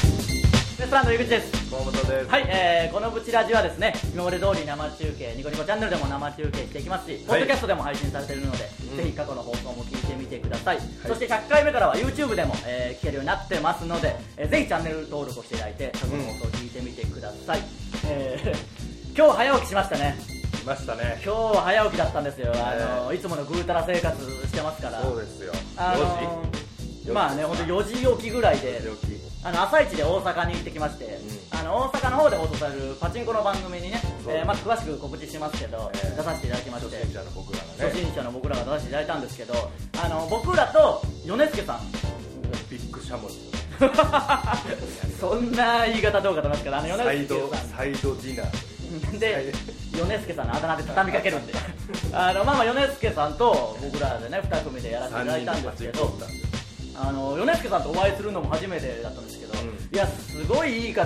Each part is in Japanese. スプランド井口です河本です。はい、えー、このブチラジはですね今まで通り生中継ニコニコチャンネルでも生中継していきますし、ポッドキャストでも配信されているので、うんぜひ過去の放送も聞いてみてください、そして100回目からは YouTube でも、えー聞けるようになってますので、えーぜひチャンネル登録をしていただいて過去の放送を聞いてみてください、えー 今日早起きしましたねいましたね。今日は早起きだったんですよ、あのいつものぐうたら生活してますからそうですよ。あの4時まあね本当4時起きぐらいで時。4時あの朝一で大阪に行ってきまして、んあの大阪の方で放送されるパチンコの番組にねそうえーまず詳しく告知しますけど、えー出させていただきまし初て心者の僕らが初ね。心者の僕らが出させていただいたんですけどあの僕らと米助さんビッグシャモジ。そんな言い方どうかと思いますけどあのサ米イ助ドさんサイドディナー。で米助さんのあだ名で畳みかけるんであのまあまあ米助さんと僕らでね2組でやらせていただいたんですけど三人でパチンコ打ったんであの米助さんとお会いするのも初めてだったんですけど、うんいやすごいいい方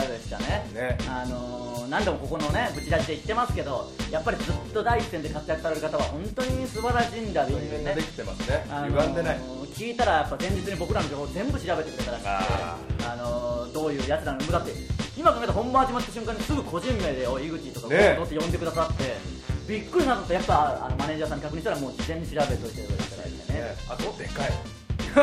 でしたねねあの何度もここのねぶち出しで言ってますけどやっぱりずっと第一線で活躍される方は本当に素晴らしいんだと人いう間ねができてますね。あの歪んでない。聞いたらやっぱ前日に僕らの情報を全部調べてくれたらしくてああのどういうやつなのだって今考えたら本番始まった瞬間にすぐ個人名で「おい井口」とか「ねえとって呼んでくださってびっくりなのとやっぱあのマネージャーさんに確認したらもう事前に調べておいていただいてねねあとでかい。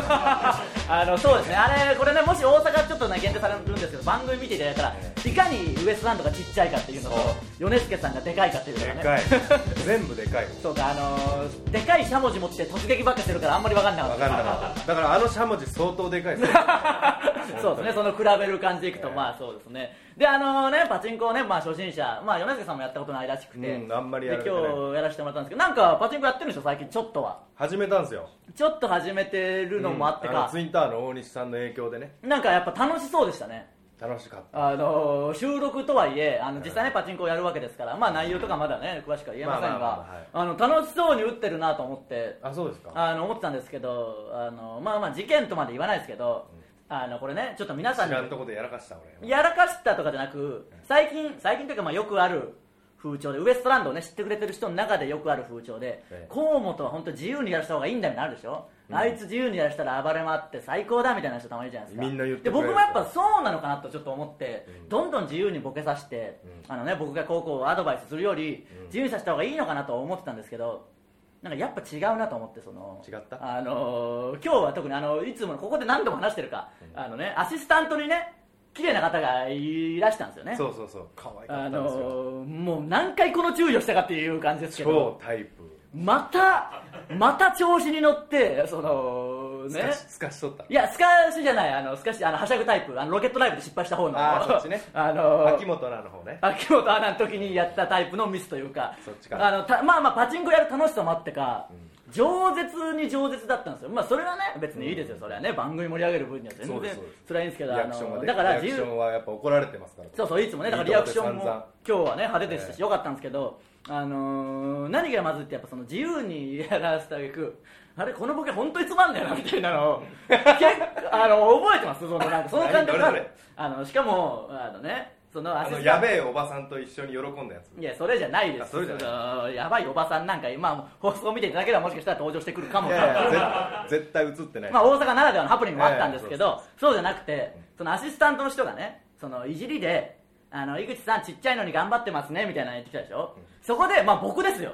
あのそうですね、あれ、これね、もし大阪ちょっとね、限定されるんですけど、番組見ていただいたら、いかにウエストランドがちっちゃいかっていうのとそ、米助さんがでかいかっていうのがね、でかい。全部でかい。そうか、あのー、でかいしゃもじ持って突撃ばっかしてるから、あんまり分かんなかわったかんなかった。だからあのシャモジ相当でか いですよ。そうですね、その比べる感じいくと、まあそうですね、で、あのね、パチンコをね、まあ初心者、まあ米助さんもやったことないらしくて、うんあんまりやでられてない今日やらせてもらったんですけど、なんかパチンコやってるんでしょ、最近、ちょっとは。始めたんですよ。ちょっと始めてるのもあってうんのかツ、イッターの大西さんの影響でね。なんかやっぱ楽しそうでしたね。楽しかった。あのー収録とはいえあの実際ねパチンコをやるわけですから、まあ、内容とかまだね詳しくは言えませんが、まあまあまあはいあの楽しそうに打ってるなと思ってあ、そうですか。あの思ってたんですけどあのまあまあ事件とまで言わないですけど、あのこれねちょっと皆さん知らんにとこでやらかした俺。やらかしたとかじゃなく最近最近というかまあよくある風潮でウエストランドをね知ってくれてる人の中でよくある風潮でええ河本は本当自由にやらした方がいいんだみたいなのあるでしょ、あいつ自由にやらしたら暴れ回って最高だみたいな人たまにいるじゃないですかみんな言ってでくれる僕もやっぱそうなのかなとちょっと思って、どんどん自由にボケさせて、あのね、僕が高校をアドバイスするより、自由にさせた方がいいのかなと思ってたんですけどなんかやっぱ違うなと思ってその違ったあのー今日は特にあのいつものここで何度も話してるか、あのね、アシスタントにね綺麗な方がいらしたんですよねそうそうそう。可愛かあったんですよ。のーもう何回この注意をしたかっていう感じですけ超どタイプ。またまた調子に乗ってそのすかねしすかしとったいや、スカシじゃない、あの、スカシ、あの、はしゃぐタイプ、あの、ロケットライブで失敗した方の。あーそっちね あのー秋元アナの方ね秋元アナの時にやったタイプのミスというかそっちかあのたまあまあパチンコやる楽しさもあってか、饒舌に饒舌だったんですよまあそれはね別にいいですよ、それはね番組盛り上げる分には全そうで然すそうですそれはいいんですけどリあアクションがのねだからリア自クシ由ョンはやっぱ怒られてますからそうそういつもねだからリアクションもいいとこで散々今日はね派手でしたし、ええよかったんですけどあのー何がまずいってやっぱその自由にやらせてあげくあれこのボケ本当につまんねえなみたいな のを結構あの覚えてますそのなんかその感覚があ何どれどるれあのしかもあのねそのアあシスタのントやべえおばさんと一緒に喜んだやついや、それじゃないであす。それじゃないあのやばいおばさんなんか、今、放送を見ていただければもしかしたら登場してくるかもいやいやぜ絶対映ってない、まあ、大阪ならではのハプニングもあったんですけど、そうじゃなくて、そのアシスタントの人がね、そのいじりで、あの井口さん、ちっちゃいのに頑張ってますねみたいなの言ってきたでしょ、そこで、まあ、僕ですよ、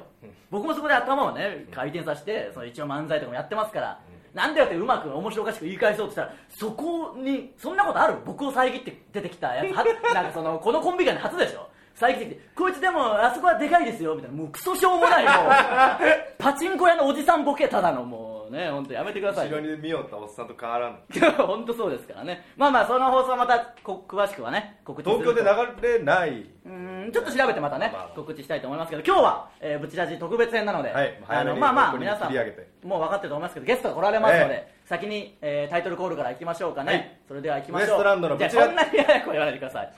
僕もそこで頭をね回転させて、その一応漫才とかもやってますから、なんだよってうまく面白おかしく言い返そうとしたら、そこに、そんなことある、僕を遮って出てきたやつ、は なんかそのこのコンビ間で初でしょ。遮ってきてこいつでもあそこはでかいですよみたいなもうクソしょうも ないもうパチンコ屋のおじさんボケただのもうね本当やめてください後ろに見よったおっさんと変わらん 本当そうですからねまあまあその放送はまたこ詳しくはね告知する東と京で流れないうーんちょっと調べてまたねまあまあ告知したいと思いますけど今日は、えー、ブチラジ特別編なので、はいあ早めのにまあまあオープニン皆グさん切り上げてもう分かってると思いますけどゲストが来られますので、え先に、えータイトルコールからいきましょうかね、はいそれでは行きましょうウエストランドのブチじラゃあこんなに早くは言わないでください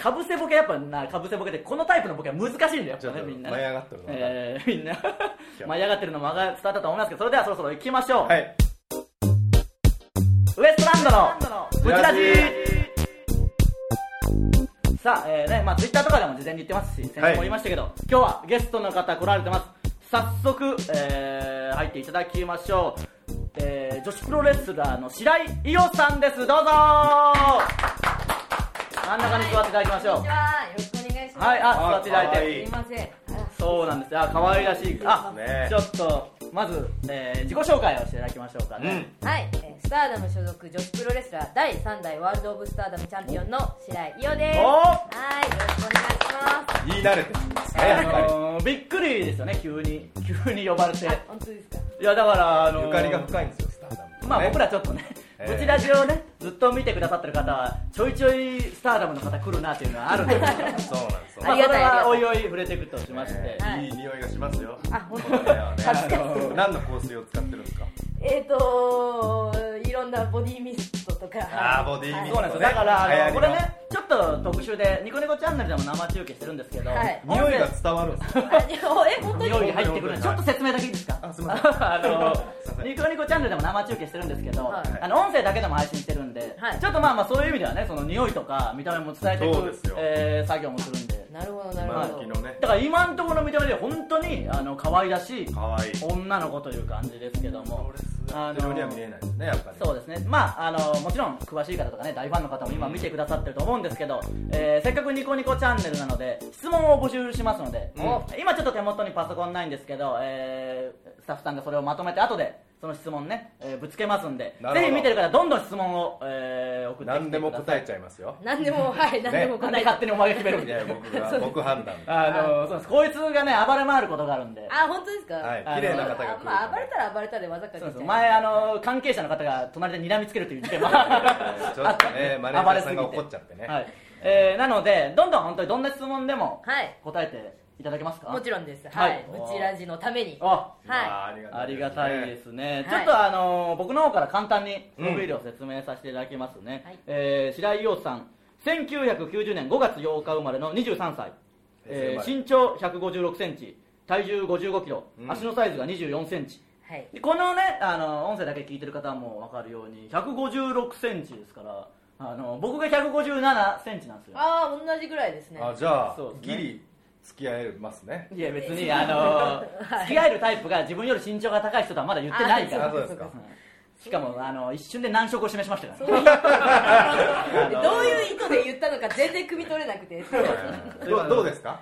かぶせボケやっぱなかぶせボケってこのタイプのボケは難しいんだよやっちょぱねっとみ舞んいなね上がってるのが、えーみんな舞い上がってるのもわか伝わったと思いますけどそれではそろそろ行きましょう、はいウエストランドのブチラジさあ、えーねまあ、ツイッターとかでも事前に言ってますし先週も言いましたけど、今日はゲストの方来られてます早速、えー入っていただきましょう、えー女子プロレスラーの白井伊代さんですどうぞ真ん中に座っていただきましょこんうにちは。よろしくお願いします。はいあ座あっていただいかわていすいません。そうなんですあ可愛らしいあ、ねちょっとまず、えー自己紹介をしていただきましょうかね、はい、えースターダム所属女子プロレスラー第3代ワールド・オブ・スターダムチャンピオンの白井伊代です。おはい、よろしくお願いします。言い慣れてますねやっあぱのーびっくりですよね急に急に呼ばれてあ、本当ですか。いやだからありのーゆかりが深いんですよスターダムとかねまあ僕らちょっとね、えうえちラジオをね、ずっと見てくださってる方は、ちょいちょいスターダムの方来るなっていうのはあるんですけど、そうなんですよまあありそれがたいありがたいはおいおい触れていくとしまして、はいいい匂いがしますよあ、本当ですだよか。ね助かってる何の香水を使ってるんですかえーとー、いろんなボディミストとか。あーボディミスそうなんでトすよ、だから、あ流行りののこれね、ちょっと特集で、ニコニコチャンネルでも生中継してるんですけど、はい音匂声いが伝わるんですよあでもえ、本当に匂いが入ってくるんで、ちょっと説明だけいいですか、あすいませんあすいまのせんニコニコチャンネルでも生中継してるんですけど、はいあの音声だけでも配信してるんで、はいちょっとまあまあそういう意味ではね、その匂いとか見た目も伝えていそうですくよ、えー作業もするんで。なるほど、なる今ほ時ど。のねだから今のところの見た目で本当にあの可愛らしい可愛い女の子という感じですけどもプロレスやってるようには見えないですねやっぱりそうですねまああのもちろん詳しい方とかね大ファンの方も今見てくださってると思うんですけど、えーせっかくニコニコチャンネルなので質問を募集しますので、うん今ちょっと手元にパソコンないんですけど、えースタッフさんがそれをまとめて後でその質問ね、えーぶつけますんでなるほどぜひ見てる方どんどん質問を、えー送ってきてください何でも答えちゃいますよ何でも、はい、何でなもん答でえた。勝手にお前が決めるみいたいやな僕が僕判断 あのそうですこいつがね暴れ回ることがあるんであ、本当ですか。はい綺麗な方が来るあまあ、暴れたら暴れたで技かけちそゃううです前あの関係者の方が隣で睨みつけるという事 件もあちょっとねマネージャーさんが暴れすぎて怒っちゃってねはいえーなのでどんどん本当にどんな質問でもはい答えていただけますかもちろんです。はい。はいブチラジのために。はあい。いありがたいですね、はいちょっとあの僕の方から簡単にプロフィールを説明させていただきますね、はいえー白井陽さん1990年5月8日生まれの23歳、えー平成生まれ身長1 5 6センチ体重5 5キロ、うん足のサイズが2 4センチはい。でこのねあの音声だけ聞いてる方はもう分かるように1 5 6センチですからあの僕が1 5 7センチなんですよああ、同じぐらいですね。あじゃあそうですねギリ付き合えますねいや別にあの、 はい付き合えるタイプが自分より身長が高い人とはまだ言ってないかあらそうですかしかもあの一瞬で難色を示しましたからそねういうあのどういう意図で言ったのか全然汲み取れなく て。どどうですか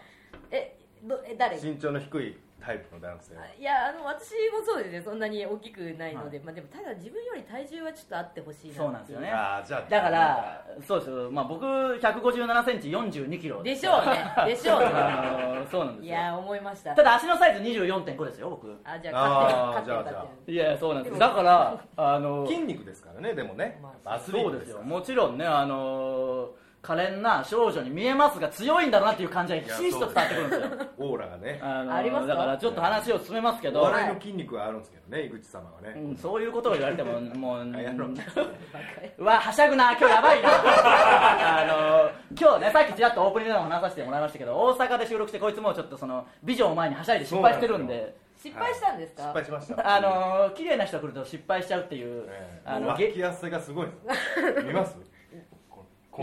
え、どえ誰身長の低いタイプの男性あいやあの私もそうですねそんなに大きくないので、まあでもただ自分より体重はちょっとあってほしいなそうなんですよねあーじゃあだからそうですよ、まあ、僕1 5 7センチ4 2キロでしょょうねでしょうねあのそうなんでいすよや思いましたただ足のサイズ24.5ですよ僕あじゃあ勝ってるあー勝ってるじゃあ勝っていやそうなんですでよもだからあの筋肉ですからねでもねまあアスリそーうトでですすよよもちろんねあのー可憐な少女に見えますが強いんだなっていう感じがひしひしと伝わってくるんですよオーラがねあのー ありますかだからちょっと話を進めますけおど、笑いの筋肉はあるんですけどね井口様はうねん、そういうことを言われて ももうあやろううわはしゃぐな今日やばいな あのー今日ねさっきちらっとオープニングでも話させてもらいましたけど大阪で収録してこいつもうちょっとその美女を前にはしゃいで失敗してるんそうなんでる失敗したんですか、失敗しましたあのー綺麗な人が来ると失敗しちゃうっていう、ええあものうげ脇汗がす ごいです見ますこ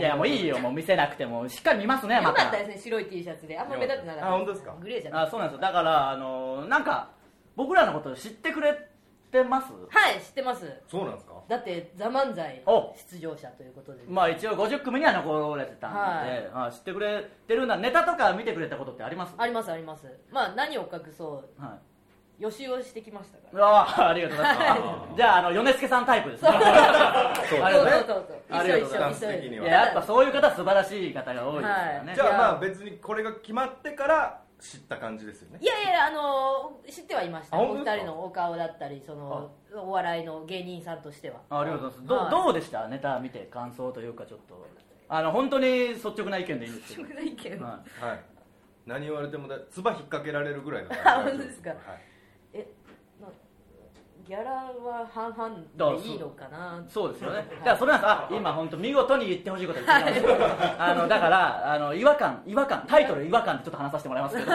いこんなやもういいよもう見せなくてもしっかり見ますねまよたかったですね白い T シャツであんま目立ってなかったあ本当ですかグレーじゃないあそうなんですよだからあのーなんか僕らのこと知ってくれてますはい知ってますそうなんですかだって「ザ漫才お出場者ということでまあ一応50組には残られてたんで、あ知ってくれてるんだネタとか見てくれたことってありますありますありますまあ何を隠そうは予習をしてきましたかい、うわあありがとうございまはすじゃああの米助さんタイプですねそうあらりがとそううございますそうそうあり一がとうございますス緒一緒一緒タンス的一に緒はいややっぱそういう方素晴らしい方が多いですからね、はいじゃあまあ別にこれが決まってから知った感じですよねいやいやいやあのー知ってはいましたあお本当で二すか人のお顔だったりそのお笑いの芸人さんとしてはあありがとうございますど,、はいうどうでしたネタ見て感想というかちょっとあの本当に率直な意見でいいんですけど、ないけどははい何言われてもだ唾引っ掛けられるぐらいだか らあ本当ですかはいえなギャラは半だから、々でいいのかないそうですよねだからそれなんですあ今本当見事に言ってほしいこと言ってきました あのだからあの違和感違和感タイトル違和感でちょっと話させてもらいますけど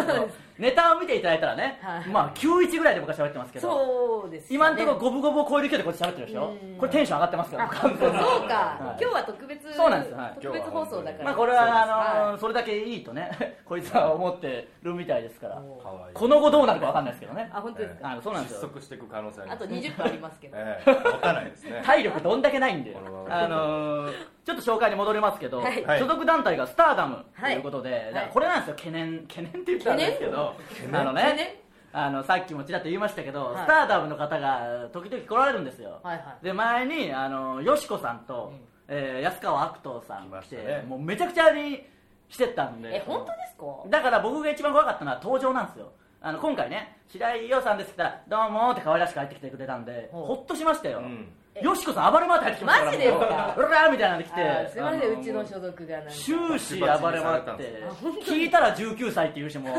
ネタを見ていただいたらね、はいまあ91ぐらいで僕は喋ってますけどそうですよ今ねのところ五分五分を超える勢いでこっち喋ってるでしょうんこれテンション上がってますからあそういか、今日は特別そうなんですはい特別放送だから、まあこれはあのーはそれだけいいとね こいつは思ってるみたいですからもう可愛いこの後どうなるかわかんないですけどねあ本当ですか、あのそうなんですよ失速していく可能性ありあまとす20分ありますけ どええ持たないですね体力どんだけないんでこのままあのーちょっと紹介に戻りますけど、はいはい所属団体がスターダムとはいいうことで、だからはいこれなんですよ懸念懸念って言ったんですけどあの懸ねあのさっきもちらっと言いましたけど、はいスターダムの方が時々来られるんですよ、はいはいで前にあのよしこさんと、えー安川悪党さん来て来ましたねもうめちゃくちゃにしてったんでえ本当ですかだから僕が一番怖かったのは登場なんですよあの今回ね白井洋さんですって言ったら「どうも」って可愛らしく入ってきてくれたんでほうほっとしましたよ、うんえよしこさん暴れ回って入ってきましたマジですかうらーみたいなので来てあーすいませあのんうちの所属がなんか終始暴れ回っバチバチにされたんてで聞いたら19歳っていうしもう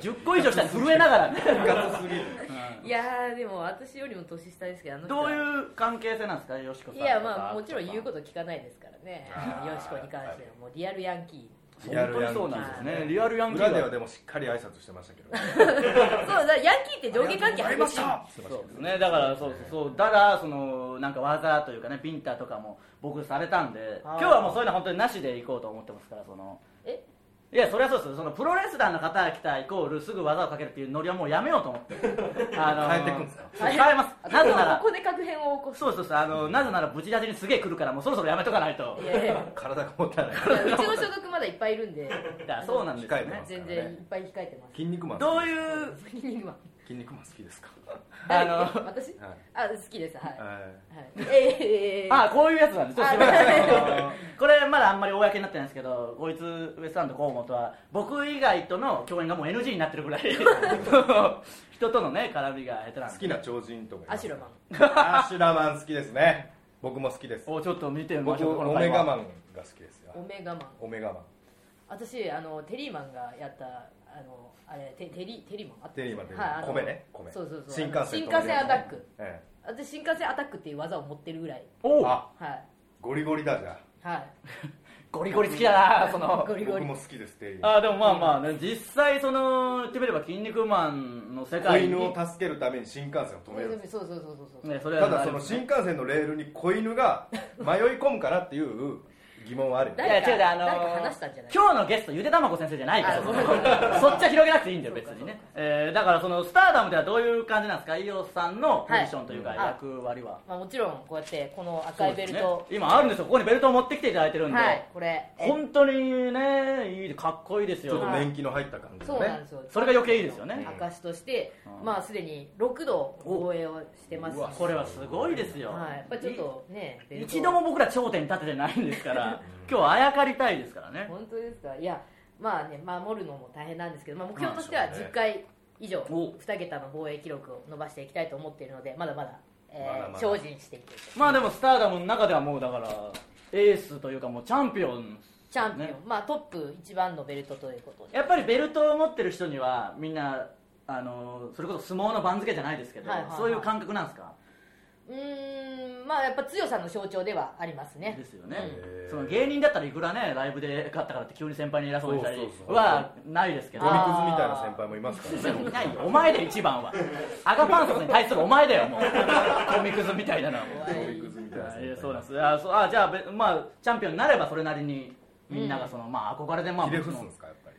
10個以上したら震えながらねガツすぎるいやーでも私よりも年下ですけどあの人どはういう関係性なんですかよしこさんいやまあもちろん言うこと聞かないですからねあーよしこに関してはもうリアルヤンキーリアル本当にヤンキーそうなんですねリアルヤンキー裏ではででもしっかり挨拶してましたけどそうだからヤンキーって上下関係ありますよありがとそううでございましたって言ってましたけどすねだからそうそうそうだからそのなんか技というかねビンタとかも僕されたんであー今日はもうそういうの本当になしで行こうと思ってますからそのえいやそれはそうですよそのプロレスラーの方が来たイコールすぐ技をかけるっていうノリはもうやめようと思って あ変えていくんですかそう変えますなぜならここで確変を起こすそうそうそうあの、なぜならブチラジにすげえ来るからもうそろそろやめとかないといやいや体が持たないいやうちの所属まだいっぱいいるんでだからそうなんですよ控えてねます全然いっぱい控えてます筋肉マンどう いう筋肉マン筋肉マン好きですかああのの 私はいあ好きですはいははいい えーあこういうやつなんですちょっとすいませんああのこれまだあんまり公になってないんですけどこいつウエストランド河本は僕以外との共演がもう NG になってるぐらい人とのね絡みが下手なんで好きな超人とかいますアシュラマンアシュラマン好きですね僕も好きですおちょっと見てみまし僕ょうオメガマンンが好きですよオメガマンオメガマン私あのテリーマンがやったあのあれテテリテリーマンあったテリーマンテリーはいマあンの米ね米そうそうそう新幹線新幹線アタックえ私新幹線アタックっていう技を持ってるぐらいおえうあはいゴリゴリだじゃはいゴリゴリ好きだなそのゴリゴ僕リも好きですテリーマンあでもまあまあね実際その言ってみれば「筋肉マン」の世子界に犬を助けるために新幹線を止めるそうそうそうそうそう、ねそれはただその新幹線のレールに子犬が迷い込むかなっていう疑問はあるよねいや誰か違う違うあのー誰か話したんじゃない今日のゲストゆでたまこ先生じゃないから あそそっちは広げなくていいんだよ別にそうねか、えーだからそのスターダムではどういう感じなんですか伊代さんのポジションというか、はい役割はまあ、もちろんこうやってこの赤いベルト、そうですね今あるんですよここにベルトを持ってきていただいてるんで、はいこれ本当にねいいかっこいいですちょっよと年季の入った感じそうのなんねですよそれが余計いいですよね証として、うんまあすでに6度防衛をしてますうわこれはすごいですよ、はい、やっぱりちょっとねいベルト一度も僕ら頂点に立ててないんですから 今日はあやかりたいですからね本当ですかいやまあね守るのも大変なんですけど、まあ、目標としてはまあそうね10回以上、お2桁の防衛記録を伸ばしていきたいと思っているのでまだまだ,、えーまだまだ精進していくまあでもスターダムの中ではもうだからエースというかもうチャンピオンチャンピオン、ねまあトップ一番のベルトということでやっぱりベルトを持ってる人にはみんなあのそれこそ相撲の番付じゃないですけど、はいはいはいそういう感覚なんですか、うーんまあやっぱ強さの象徴ではありますねですよねうんその芸人だったらいくらねライブで勝ったからって急に先輩に偉そうにしたそうりそうそうはないですけどゴミあくずみたいな先輩もいますからね いない よお前で一番は赤パンツに対するお前だよもう コミクズみたいなのはもう怖ゴいミくずみたいな先い輩やそうなんですあそうあじゃあ、べまあ、チャンピオンになればそれなりにみんながその、まあ、憧れでまあひれ伏すもちろんんですかやっぱり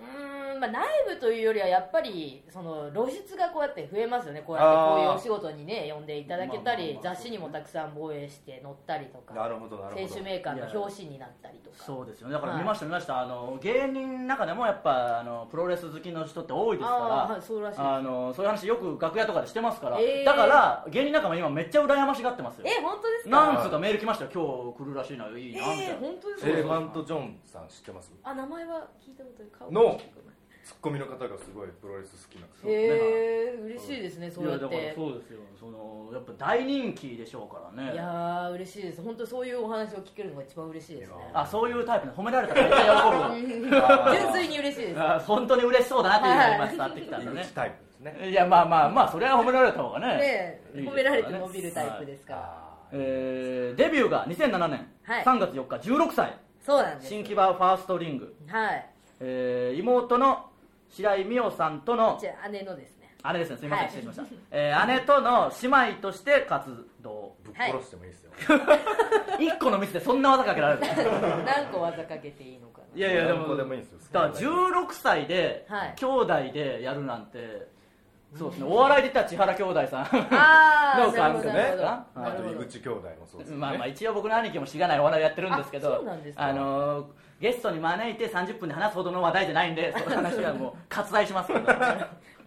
うーんまあ、内部というよりはやっぱりその露出がこうやって増えますよねこうやってこういうお仕事にね呼んでいただけたり、まあまあまあ雑誌にもたくさん防衛して載ったりとかなるほどなるほど選手メーカーの表紙になったりとかそうですよねだからはい見ました見ましたあの芸人の中でもやっぱあのプロレス好きの人って多いですからあーはいそうらしいですあのそういう話よく楽屋とかでしてますから、えーだから芸人仲間今めっちゃ羨ましがってますよえ本当ですかなんつうかメール来ましたよ今日来るらしいないいえなみたいな、ー、本当ですエレフかァント・ジョンさん知ってますあ名前は聞いたことある顔のは聞いたことないツッコミの方がすごいプロレス好きなんですよへえ嬉しいですねそうやっいやだからてそうですよそのやっぱ大人気でしょうからねいやー嬉しいです本当そういうお話を聞けるのが一番嬉しいですねいやあそういうタイプで褒められたらめっちゃ喜ぶ 純あー粋に嬉 しいですわあ本当に嬉しそうだなっていうのが今伝わってきたんだ井ね口タイプですねいやまあまあまあそれは褒められた方がねねいいですからね褒められて伸びるタイプですから、あーえーデビューが2007年はい3月4日16歳、そうなんです新木場ファーストリング、はいえー妹の白井美桜さんとのじゃあ姉ので すね姉ですねすみません、はい失礼しました、えー姉との姉妹として活 動ぶっ殺してもいいですよ1個のミスでそんな技かけられる 何個技かけていいのかいなやいやで何も個でもいいんですよだから16歳で、はい兄弟でやるなんてそうですねお笑いで言ったら千原兄弟さんあなあんかあるんですよねなあるほと井どなるほど口兄弟もそうですよねまあまあ一応僕の兄貴もしがないお笑いやってるんですけあどそうなんですかあのーゲストに招いて30分で話すほどの話題じゃないん でその話はもう割愛しますけど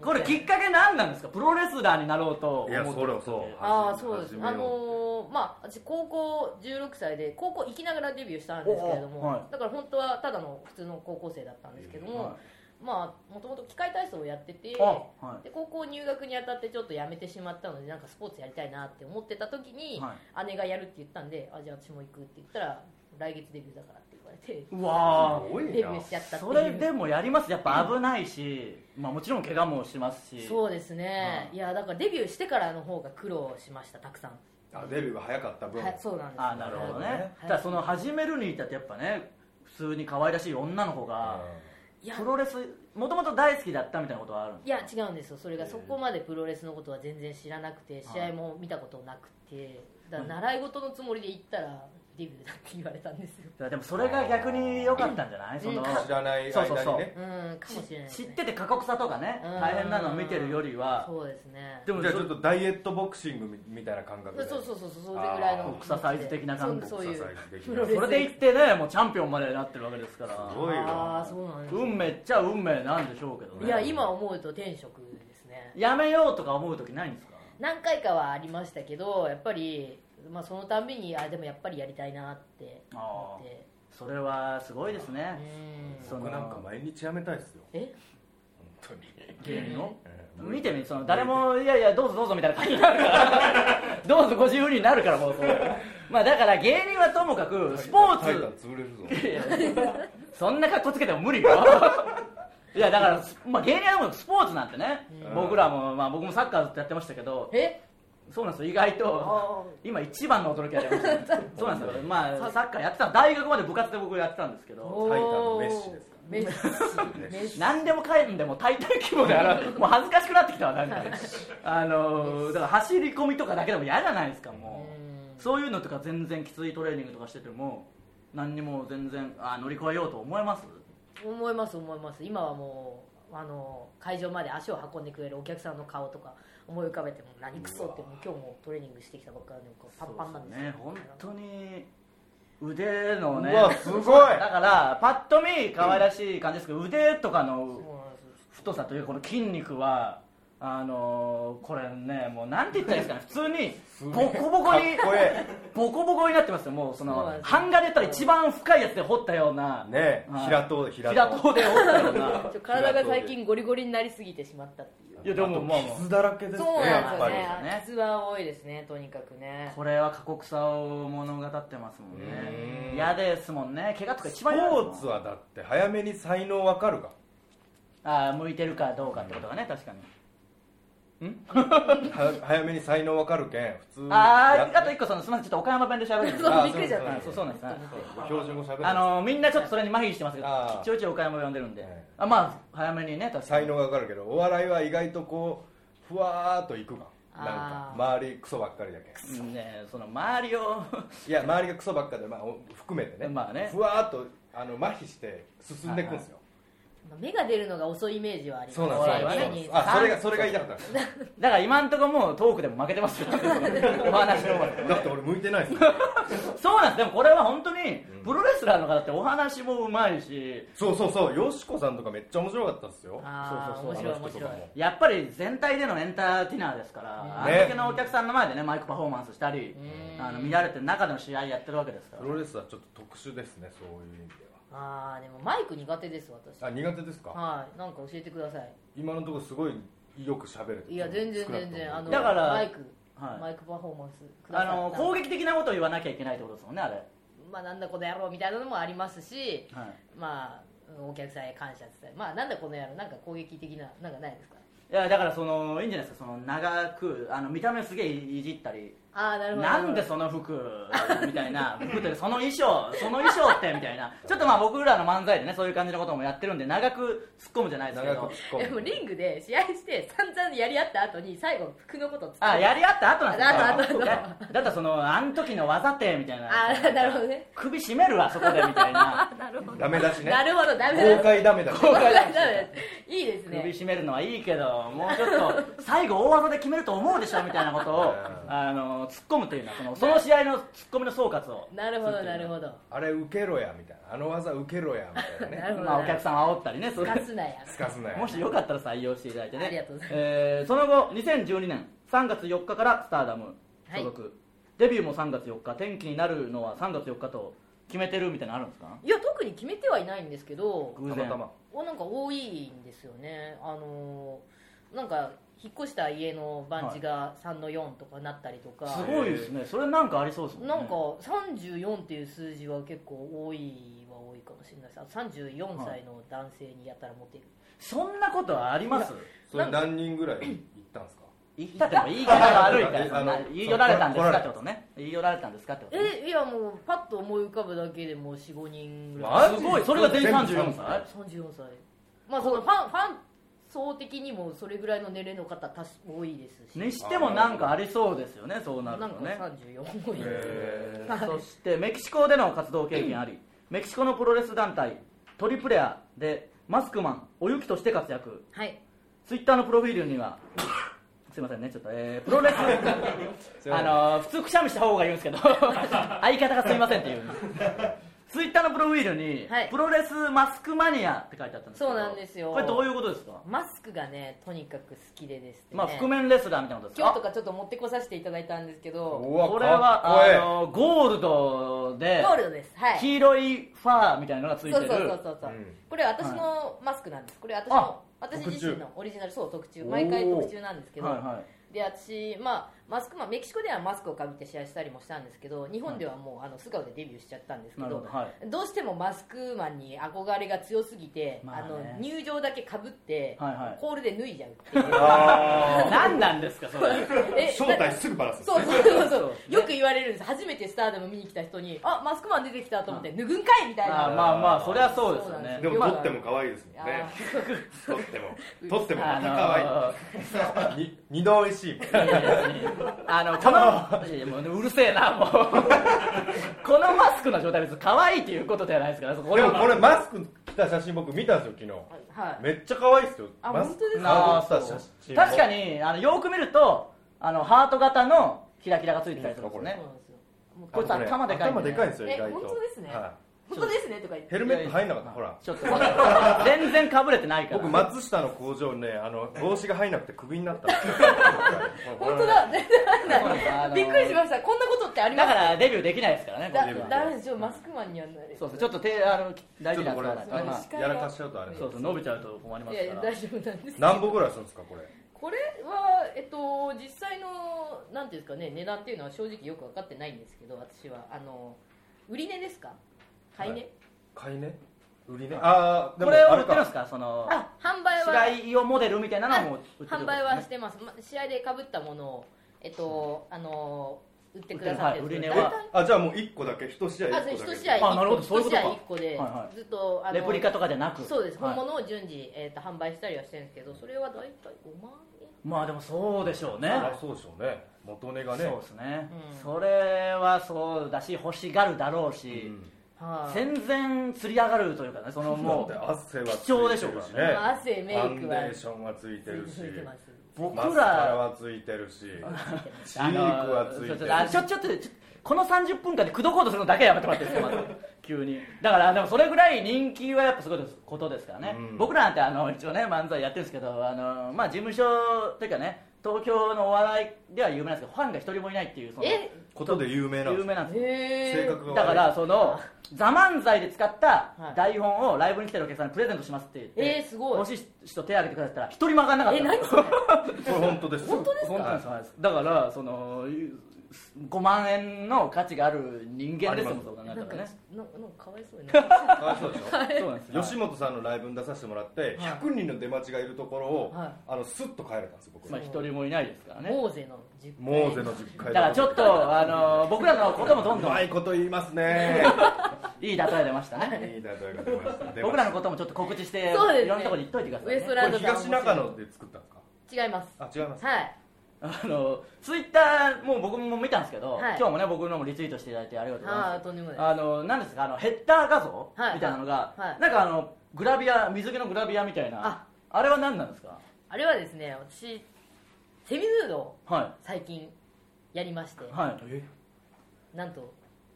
これきっかけ何なんですかプロレスラーになろうと思っていやそれはそうああそうです始めようあのーまあ私高校16歳で高校行きながらデビューしたんですけれども、おおはだから本当はただの普通の高校生だったんですけども、はまあもともと機械体操をやっててあはいで高校入学にあたってちょっとやめてしまったのでなんかスポーツやりたいなって思ってた時に、は姉がやるって言ったんであじゃあ私も行くって言ったら来月デビューだからって言われてうわすごいデなビューしちゃったーってそれいでうもやりますやっぱ危ないし、まあ、もちろん怪我もしますしそうですね、はいいやだからデビューしてからの方が苦労しましたたくさんあデビューが早かった分はいそうなんですあなるほどね、はいだからその始めるに至ってやっぱね普通に可愛らしい女の子が、いやプロレスもともと大好きだったみたいなことはあるんいですや違うんですよそれがそこまでプロレスのことは全然知らなくて試合も見たことなくてだから習い事のつもりで行ったらデビューだって言われたんですよかでもそれが逆に良かったんじゃない、んそのうん知らないそうそう間そにうねうんかもしれないです、知ね、ってて過酷さとかねうん大変なのを見てるよりはそうですねでもじゃあちょっとダイエットボクシングみたいな感覚そうでそうそうそうそれぐらいのエクササイズ的な感じそうそういうエクササイズ的プなロレスそれでいってねもうチャンピオンまでなってるわけですからすごいよああそうなんですね運命っちゃ運命なんでしょうけどねいや今思うと天職ですねやめようとか思う時ないんですか何回かはありましたけどやっぱり、まあ、そのたんびにあでもやっぱりやりたいなって思ってそれはすごいですうねんその僕なんか毎日やめたいですよえ本当に芸人をええ見てみその誰もいやいやどうぞどうぞみたいな感じになるから どうぞご自由になるからもうそうまあだから芸人はともかくスポータイタンツ潰れるぞいや そんな格好つけても無理よいやだから、まあ、芸人はでもスポーツなんてね、うん僕らも、まあ、僕もサッカーずっとやってましたけどえそうなんですよ意外とあ今一番の驚きがありましたねそうなんですよ、まあ、サッカーやってたの大学まで部活で僕やってたんですけどおタイタンのメッシですかメッシメッシ何でもかんでも大体規模であらもう恥ずかしくなってきたわなんかあのーだから走り込みとかだけでも嫌じゃないですかもう。うんそういうのとか全然きついトレーニングとかしてても何にも全然あ乗り越えようと思います思います思います今はもうあの会場まで足を運んでくれるお客さんの顔とか思い浮かべても何クソってもう今日もトレーニングしてきたばっかりでこうパンパンなんですよね本当に腕のねうわすごいだからパッと見可愛らしい感じですけど腕とかそうのなんです太さというこの筋肉はあのーこれねもうなんて言ったらいいですかね普通にボコボコかっにこえボコボコになってますよもうそそうなのんですよ版画で言ったら一番深いやつで掘ったような、えねえはい平戸平平戸刀で掘ったような ちょ体が最近ゴリゴリになりすぎてしまったっていういやでもまあまあ傷だらけですねそうなんやでっすよぱねやりっぱり傷は多いですねとにかくねこれは過酷さを物語ってますもんうねん嫌ですもんね怪我とか一ス番嫌ですもんポーツはだって早めに才能わかるがああ向いてるかどうかってことがね確かには早めに才能わかるけん普通にやあっああと一個そのすみませんちょっと岡山弁で喋るんですけどそうびっくりしちゃったあそうそうなんですね標準語喋るあのーみんなちょっとそれに麻痺してますけどあーちょいちょい岡山弁呼んでるんではいあまあ早めにね確か才に能がわかるけどお笑いは意外とこうふわーっといくがなんかあー周りクソばっかりだけんうんねその周りをいや周りがクソばっかで、まあ、お含めてね,、まあねふわーっとあの麻痺して進んでいくんですよ、目が出るのが遅いイメージはありますそうなんですそうなん芸です人あそれがそれが言いたかったんですだから今んとこもうトークでも負けてますよお話の方でだって俺向いてない ですよそうなんですでもこれは本当にプロレスラーの方ってお話もうまいしそうそうそうよしこさんとかめっちゃ面白かったですよああそう面そう白いあの面人と白いかもやっぱり全体でのエンターテイナーですから、ねあれだけのお客さんの前でねマイクパフォーマンスしたりうんあの見られてる中での試合やってるわけですからプロレスはちょっと特殊ですねそういう意味でああでもマイク苦手です私はあ苦手ですかはいなんか教えてください今のところすごいよく喋れてるいや全然少なくと全も然あのだからマイク、はいマイクパフォーマンスくだあさいの攻撃的なことを言わなきゃいけないってことですもんねあれ、まあなんだこの野郎みたいなのもありますしはい、まあお客さんへ感謝伝えまあなんだこの野郎なんか攻撃的ななんかないですかいやだからそのいいんじゃないですかその長くあの見た目すげえいじったりああなるほどなんでその服みたい な服ってその衣装その衣装ってみたいなちょっとまあ僕らの漫才でねそういう感じのこともやってるんで長く突っ込むじゃないですけ長どく突っいや込もむうリングで試合して散々やり合った後に最後服のことを突っ込むあやり合った後なんですあ後よ々だだったらそのあん時の技手みたいなあーなるほどね首絞めるわそこでみたいななるほどダメ出しねなるほどダメだ豪快ダメだ豪快ダメだいいです首 ね絞めるのはいいけどもうちょっと最後大技で決めると思うでしょみたいなこと をあの突っ込むというのはそのその試合の突っ込みの総括をなるほどなるほどあれ受けろやみたいなあの技受けろやみたいななるねほどまあお客さんを煽ったりねそういう勝つなやすかすなよもしよかったら採用していただいてねありがとうございますえーその後2012年3月4日からスターダム所属、デビューも3月4日転機になるのは3月4日と決めてるみたいなのあるんですかいや特に決めてはいないんですけど偶然たまたまおなんか多いんですよねあのーなんか引っ越した家の番地が3の4とかなったりとか、すごいですねそれなんかありそうですもんねなんか34っていう数字は結構多いは多いかもしれないですあと34歳の男性にやったらモテる、そんなことはありますそれ何人ぐらい行ったんですか言ったっても言い方が悪いかあらのそんあなの言い寄られたんですから来れってことね言い寄られたんですかってことねえいやもうパッと思い浮かぶだけでもう45人ぐらい、マジすごいそれが全員全部34歳34歳まあそのファンファン層的にもそれぐらいの年齢の方多し多いですし、にしてもなんかありそうですよねそうななるんとかね34多いへは いそしてメキシコでの活動経験あり、メキシコのプロレス団体トリプレアでマスクマンおゆきとして活躍はいツイッターのプロフィールには すいませんねちょっと、えープロレスあのー普通くしゃみした方がいいんですけど相方がすいませんっていうツイッターのプロフィールに、はいプロレスマスクマニアって書いてあったんですけどそうなんですよこれどういうことですか、マスクがねとにかく好きでですね、まあ覆面レスラーみたいなことです今か日とかちょっと持ってこさせていただいたんですけどうわこれはあかっのーゴールドでゴールドですはい黄色いファーみたいなのがついそてうるそうそうそうそう、うんこれ私のマスクなんですこれ私あの私自身のオリジナルそう特注毎回おー特注なんですけど、はいはいで私、まあマスクまあ、メキシコではマスクをかぶって試合したりもしたんですけど日本ではもう、あの素顔でデビューしちゃったんですけどなるほどはどうしてもマスクマンに憧れが強すぎて、まああねの入場だけかぶって、はいはいコールで脱いじゃう っていうあ何なんですか それーえ正体すぐバラすそうそうそうそうそう よく言われるんです初めてスターダム見に来た人にあマスクマン出てきたと思って脱ぐんかいみたいまあなまあまあそりゃそうですよねでも撮っても可愛いですもんねあ撮っても 撮ってもまあた可愛いのに二度おいしいもんあのこのいやもうねうるせえなもう このマスクの状態は別に可愛いっていうことではないですからこでれもこはれマスク着た写真僕見たんですよーは昨日いめっちゃ可愛いですよあマス本当でクすかかぶっあた写ー真確かににあのよく見るとあのハート型のキラキラがついてたりするんですそうねなんですよもうこいつ頭でかいんだね頭でかいんですよ意え外と本当ですねは本当ですねとか言っいてヘルメット入んなかったほらちょっと全然かぶれてないから僕松下の工場ねあの帽子が入んなくてクビになったんですよ本当だ全然入んないあの びっくりしましたこんなことってありまだすからデビューできないですからねだ僕はダメですよマスクマンにはなれそうそうちょっと手あの大ちょ事っとなこやれつだからまあ視界がやらかしちゃうとあれそうそう伸びちゃうと困りまいすやいかやら大丈夫なんです何本ぐらいするんですかこれこれはえっと実際のなんていうんですかね値段っていうのは正直よく分かってないんですけど私はあの売り値ですか買い値、は買いね売りねああこれをあ売れってるんでかすかそのあ販売は白井をモデルみたいなのも売ってる販売はしてます、ま試合でかぶったものをえっとあの売ってくださってる売ってるえはい売り値はあじゃあもう一個だけ一試合大一個だけ体あそう一試合一あなるほ個どそういうこと一試か合一個で、はいはいずっとあのレプリカとかじゃなくそうですはい本物を順次、えっと販売したりはしてるんですけどそれは大体5万円まあでもそうでしょうねあそうでしょうね元値がねそうですねうんそれはそうだし欲しがるだろうしうんはい、全然釣り上がるというかねそのもだうって汗は貴重でしょうからねついてるしまあ汗メイクはファンデーションはついてるしついてます僕マスカラらはついてるしチあークはついのてるあちょちょっとちょこの30分間で口説こうとするのだけはやめてもらっていいですかまず急にだからでもそれぐらい人気はやっぱすごいですことですからね、うん僕らなんてあの一応ね漫才やってるんですけどあのまあ事務所というかね東京のお笑いでは有名なんですけどファンが一人もいないっていうそのえことで有名なんで有す名なんですよへー性格が悪いだからその「ザ漫才で使ったはい台本をライブに来てるお客さんにプレゼントしますって言って、えーすごい欲しい人手挙げてくださったら一人も上がんなかったえ何そそれこれ本当です本当ですかうなんですよだからその5万円の価値がある人間ですもんそう考えたなんらかねななんかかわいそうになかわいそうでしょそうなんですよ吉本さんのライブに出させてもらってはい100人の出待ちがいるところを、はいあのスッと帰れたんです僕まあ一人もいないですからねモーゼの10モーゼの10だ回からちょっとあの僕らのこともどんうどんまいこと言いますねいい例え出ましたいいね例えが出ました出ま僕したらのこともちょっと告知してそうですねいろんなところに言っといてください、ね、ウエストこラれンドさん東中野で作ったんですか違いますあ違いますはいあのツイッターも僕も見たんですけど、はい今日もね僕のもリツイートしていただいてありがとうございはまいとんでもなすいですあの何ですかあのヘッダー画像、はいみたいなのが、はいなんかあのグラビア水着のグラビアみたいなああれは何なんですかあれはですね私セミヌードをは最近やりましていはいえなんと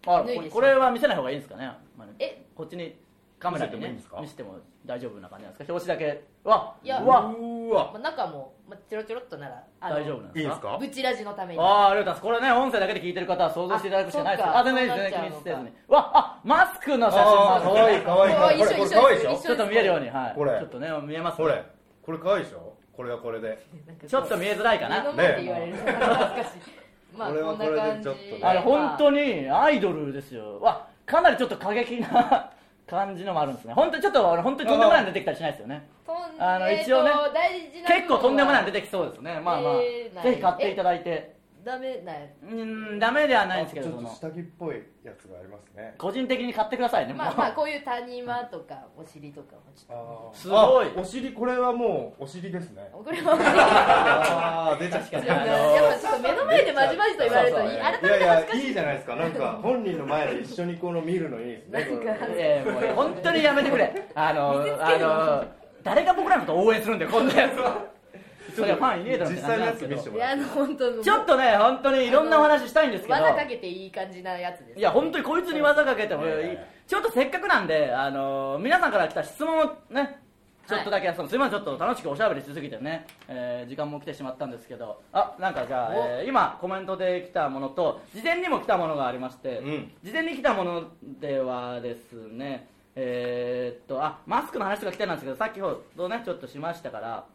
あ脱いでしこまれうこれは見せない方がいいんですかね、まあねえこっちにカメラに、見せてもいいね、んですか見せても大丈夫な感じなんですか表紙だけうわいやううわわまあ、中も、まあ、ちょろちょろっとならあの大丈夫なんいでいすんかですかブチラジのためにあーありがとうございますこれね音声だけで聞いてる方は想像していただくしかないですけどああ全然いいですそっ全か然気にせずにうわあマスクの写真ああもかあるわいいかわいいあこれ一緒これ一緒かわいいでし一緒ょちょっと見えるようにはいこれちょっとね見えますねこれこれかわいいでしょこれはこれでなんかちょっと見えづらいか目のな前で言われるのが恥ずかしいまあこれはこんな感じこれでちょっとねあれ本当ににアイドルですよわかなりちょっと過激な感じのもあるんですね本当にちょっとあの本当にとんでもないの出てきたりしないですよねあの一応ね大事な結構とんでもないので出てきそうですねまあまえーなあいぜひ買っていただいてダメなやうーんダメではないんですけどちょそっとの下着っぽいやつがありますね個人的に買ってくださいねつもうまあまあこういう谷間とかお尻とかもちあょっーすごいあお尻これはもうお尻ですねとこれはお尻ああ出ちゃった確かにあのやっぱちょっと目の前でまじまじと言われるとそうそう改めいてやいやいいじゃないですかなん か本人の前で一緒にこの見るのいいですねなんかこれええもう本当にやめてくれあのあの誰が僕らのこと応援するんだよこんなやつはそれはファンいねえだろって実話際のなんやでつすけ見せてどもいやらあっての本当ちょっとね本当にいろんなお話したいんですけど罠かけていい感じなやつですいや本当にこいつに技かけてもいいいやいやいやちょっとせっかくなんであの皆さんから来た質問をねちょっとだけ、そのすみませんちょっと楽しくおしゃべりしすぎてね、えー時間も来てしまったんですけどあなんかじゃあ、おえー今コメントで来たものと事前にも来たものがありまして、うん事前に来たものではですねえーっとあマスクの話とか来てなんですけど先ほどねちょっとしました から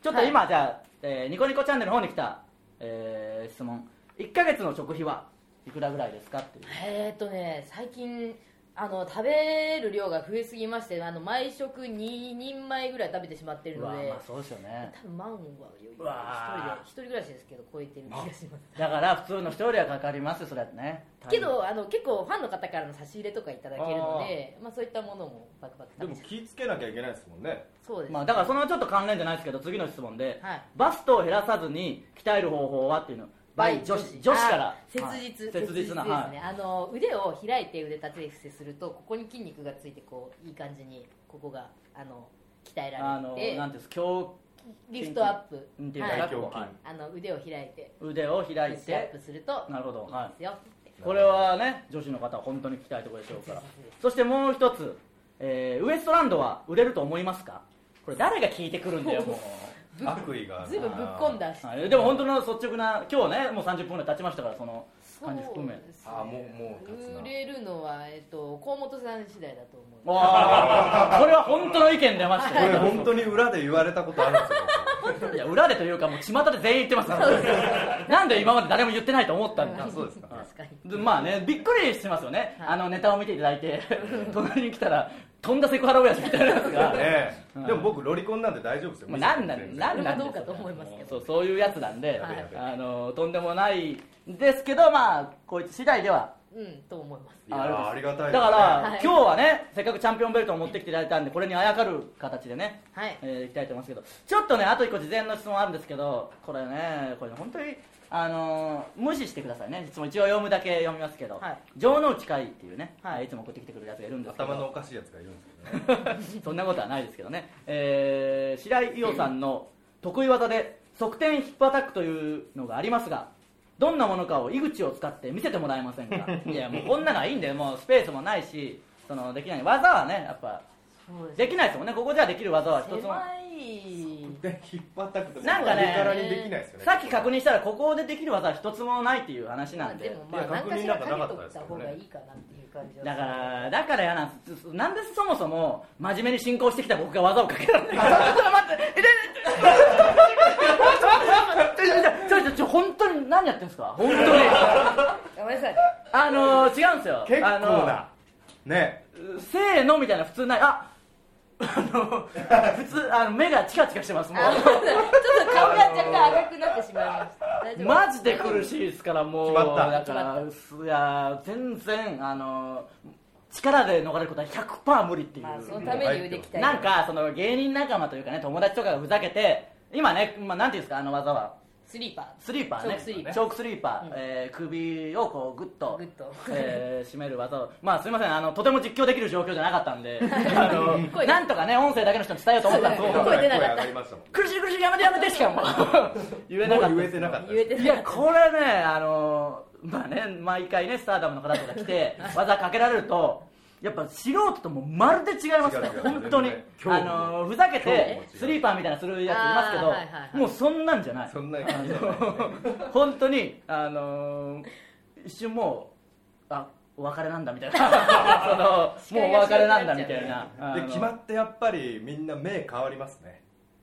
ちょっと今、じゃあ、えーニコニコチャンネルの方に来た、えー質問1ヶ月の食費はいくらぐらいですかっていうえーっとね最近あの食べる量が増えすぎましてあの毎食2人前ぐらい食べてしまってるうのわで、まあそうですよね多分万は余裕一うわ人で一人暮らしですけど超えてる気がしますだから普通の人よりはかかりますよそれはねけどあの結構ファンの方からの差し入れとかいただけるのでまあ、そういったものもバクバクで食べもちゃう気ぃつけなきゃいけないですもんねそうです、まあ、だからそのちょっと関連じゃないですけど次の質問で、はいバストを減らさずに鍛える方法はっていうのババイイ女子女子からあーはい切実、切実なですね、はいあの腕を開いて腕立て伏せするとここに筋肉がついてこういい感じにここがあの鍛えあらのれてなんていうんです胸リフトアップ筋っていうのがはい胸筋はいあの腕を開いて腕をプ開いッシュアッてプするとなるほどいいですよ、これはね女子の方は本当に鍛えところでしょうからそうですそしてもう一つ、えーウエストランドは売れると思いますかこれ誰が聞いてくるんだよもう悪意がずいぶんぶっ込んだし、はいでも本当の率直な今日ねもう30分ぐらい経ちましたからその感じ含めそうですねあもうもう立つな売れるのは、えっと、河本さん次第だと思 うわあこれは本当の意見出ましこたれよ本当に裏で言われたことあるんですよいや裏でというかもう巷で全員言ってますからなんで今まで誰も言ってないと思ったんだあそうですか確かにでまあねびっくりしますよね、はいあのネタを見ていただいて 隣に来たらとんだセクハラ親父みたいなやつが、僕ねうんでも僕ロリコンなんで大丈夫ですよまあ、なんなんなんなんそれもどうかと思いますけどそうそういうやつなんで、はいあのとんでもないですけどまあこいつ次第ではうんと思いますいやーありがたいですねだから、はい今日はねせっかくチャンピオンベルトを持ってきていただいたんでこれにあやかる形でねはいえー、いきたいと思いますけどちょっとねあと一個事前の質問あるんですけどこれねこれね本当にあのー無視してくださいね質問一応読むだけ読みますけど、はい城之内海っていうね、はいい、つも送ってきてくるやつがいるんですけど頭のおかしいやつがいるんですけどねそんなことはないですけどね、えー白井伊代さんの得意技で側転ヒップアタックというのがありますがどんなものかを井口を使って見せてもらえません かいやもうこんなのがいいんだよもうスペースもないしそのできない技はねやっぱそうですねできないですもんねここじゃできる技は一つも狭いで引っ張ったくてもなんかね上からにできないですよねさっき確認したらここでできる技は一つもないっていう話なんででもまあいや何確かし認らなんかなかかけっとたいですたよね方がいいかなっていう感じはだからだから嫌なんですなんでそもそも真面目に進行してきた僕が技をかけられないちょっと待ってえででちょっと待ってちょちょちょちょ本当に何やってんですか本当にごめんなさいあのー、違うんですよ結構あのーなねせーのみたいな普通ないああの普通あの目がチカチカしてますもあちょっと顔が若干赤くなってしまいました大う丈夫マジで苦しいですからもう決まっただからいや全然あの力で逃れることは100%無理っていう、まあそのために腕鍛えてなんかその芸人仲間というかね友達とかがふざけて今ね、まあ、なんていうんですかあの技はスリーパースリーパーねチョークスリーパーチョークスリーパーうんえー首をこうグッとグッとえー締める技をまあすいませんあのとても実況できる状況じゃなかった んであの声がなんとかね音声だけの人に伝えようと思ったんですけそうど声出なかった上がりましたもん苦しい苦しいやめてやめてしかもう言えなかったもでう言えすてなかった言えていなやいこれねあのまあね毎回ねスターダムの方とか来て技かけられるとやっぱ素人ともうまるで違いますね違う違う本当に全然あねのふざけ今日ても違うスリーパーみたいなするやついますけど、あーはいはいはいもうそんなんじゃないそんな感じじゃない 本当にあのー一瞬もうあお別れなんだみたいなそのもうお別れなんだみたいなあでの決まってやっぱりみんな目変わりますね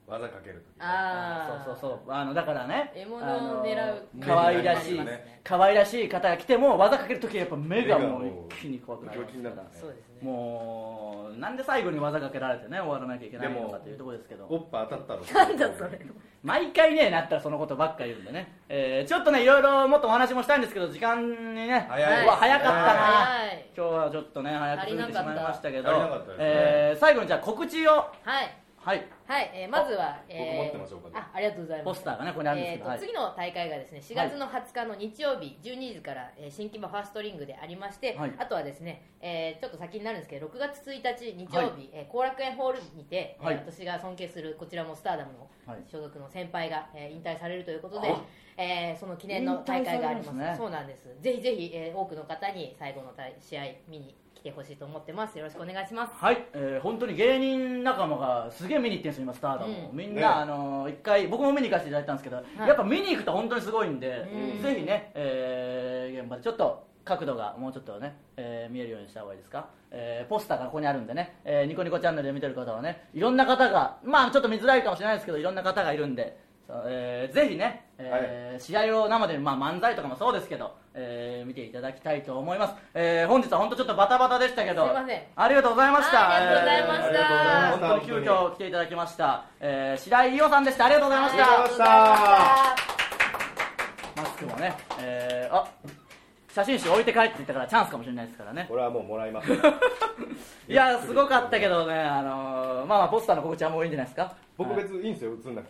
技かけるときああそうそうそうあのだからね獲物を狙うあの可愛らしい目になりますね可愛らしい方が来ても技かける時はやっぱ目がも目がもうう一気に怖くなりま病す気になるんだねそうですねもうなんで最後に技かけられてね終わらなきゃいけないのかというところですけどおっぱ当たったなろんだそれ毎回ねなったらそのことばっかり言うんでね、えーちょっとねいろいろもっとお話もしたいんですけど時間にね早いうわ早かったな、はいはい今日はちょっとね早く過ぎてしまいましたけど足りなかったえー最後にじゃあ告知をはいはいはい、えーまずは、僕え持ってましょうかねあありがとうございまポすスターがねここにあるんですえけーど、とはい次の大会がですね4月の20日の日曜日12時から、えー新規版ファーストリングでありまして、はいあとはですね、えーちょっと先になるんですけど6月1日日曜日、はいえー後楽園ホールにて、えーはい私が尊敬するこちらもスターダムのはい所属の先輩が、えー引退されるということであ、えーその記念の大会があります引退されるんですねそうなんですぜひぜひ、えー多くの方に最後の大試合見に来てほしいと思ってますよろしくお願いしますはい、えー本当に芸人仲間がすげえ見に行ってるんですよ今スターダムを、うんみんな、ねあのー一回僕も見に行かせていただいたんですけど、いやっぱ見に行くと本当にすごいんで、うんぜひね、えー現場でちょっと角度がもうちょっとね、えー見えるようにした方がいいですか、えーポスターがここにあるんでね、えーニコニコチャンネルで見てる方はねいろんな方がまあちょっと見づらいかもしれないですけどいろんな方がいるんで、そうえーぜひね、えー試合を生で、まあ、漫才とかもそうですけど、えー見ていただきたいと思います、えー本日は本当ちょっとバタバタでしたけどすいませんありがとうございました。はいありがとうございましたえー本当に急遽来ていただきました。えー白井伊代さんでした。ありがとうございましありがとうございたま。したマスクもね、えーあ、写真集置いて帰っていったからチャンスかもしれないですからね。これはもうもらいます いやすごかったけどね、あのーまあまあポスターの告知はもういいんじゃないですか。僕はい別にいいんですよ映んなく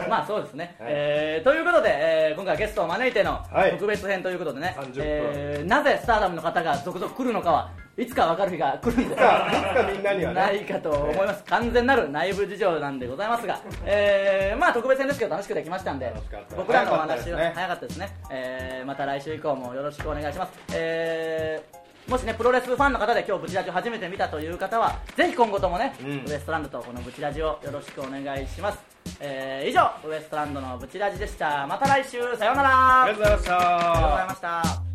て まあそうですね、はいえーということで、えー今回はゲストを招いてのはい特別編ということでね、 30分えーなぜスターダムの方が続々来るのかはいつか分かる日が来るんでいつかいつかみんなにはねないかと思います完全なる内部事情なんでございます が、えーまあ特別編ですけど楽しくできましたんで楽しかった僕らのお話早はかったですね早かったですね、えーまた来週以降もよろしくお願いします、えーもしねプロレスファンの方で今日ブチラジを初めて見たという方はぜひ今後ともね、うんウエストランドとこのブチラジをよろしくお願いします、えー以上ウエストランドのブチラジでしたまた来週さようならありがとうございましありがとうござたいました